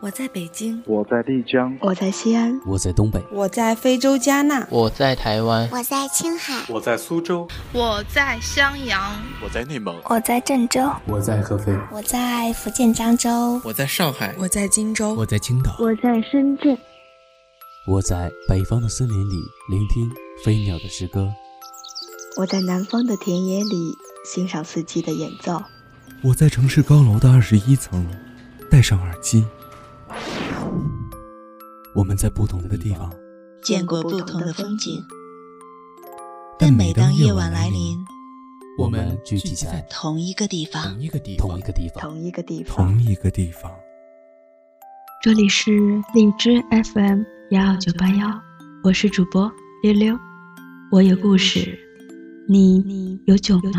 我在北京，我在丽江，我在西安，我在东北，我在非洲加纳，我在台湾，我在青海，我在苏州，我在襄阳，我在内蒙，我在郑州，我在合肥，我在福建漳州，我在上海，我在荆州，我在青岛，我在深圳，我在北方的森林里聆听飞鸟的诗歌，我在南方的田野里欣赏四季的演奏，我在城市高楼的二十一层戴上耳机。我们在不同的地方见过不同的风景，但每当夜晚来临，我们聚集在同一个地方，同一个地方，同一个地方，同一个地方，同一个地方。这里是荔枝 FM 幺二九八幺，我是主播溜溜，我有故事，你有酒吗？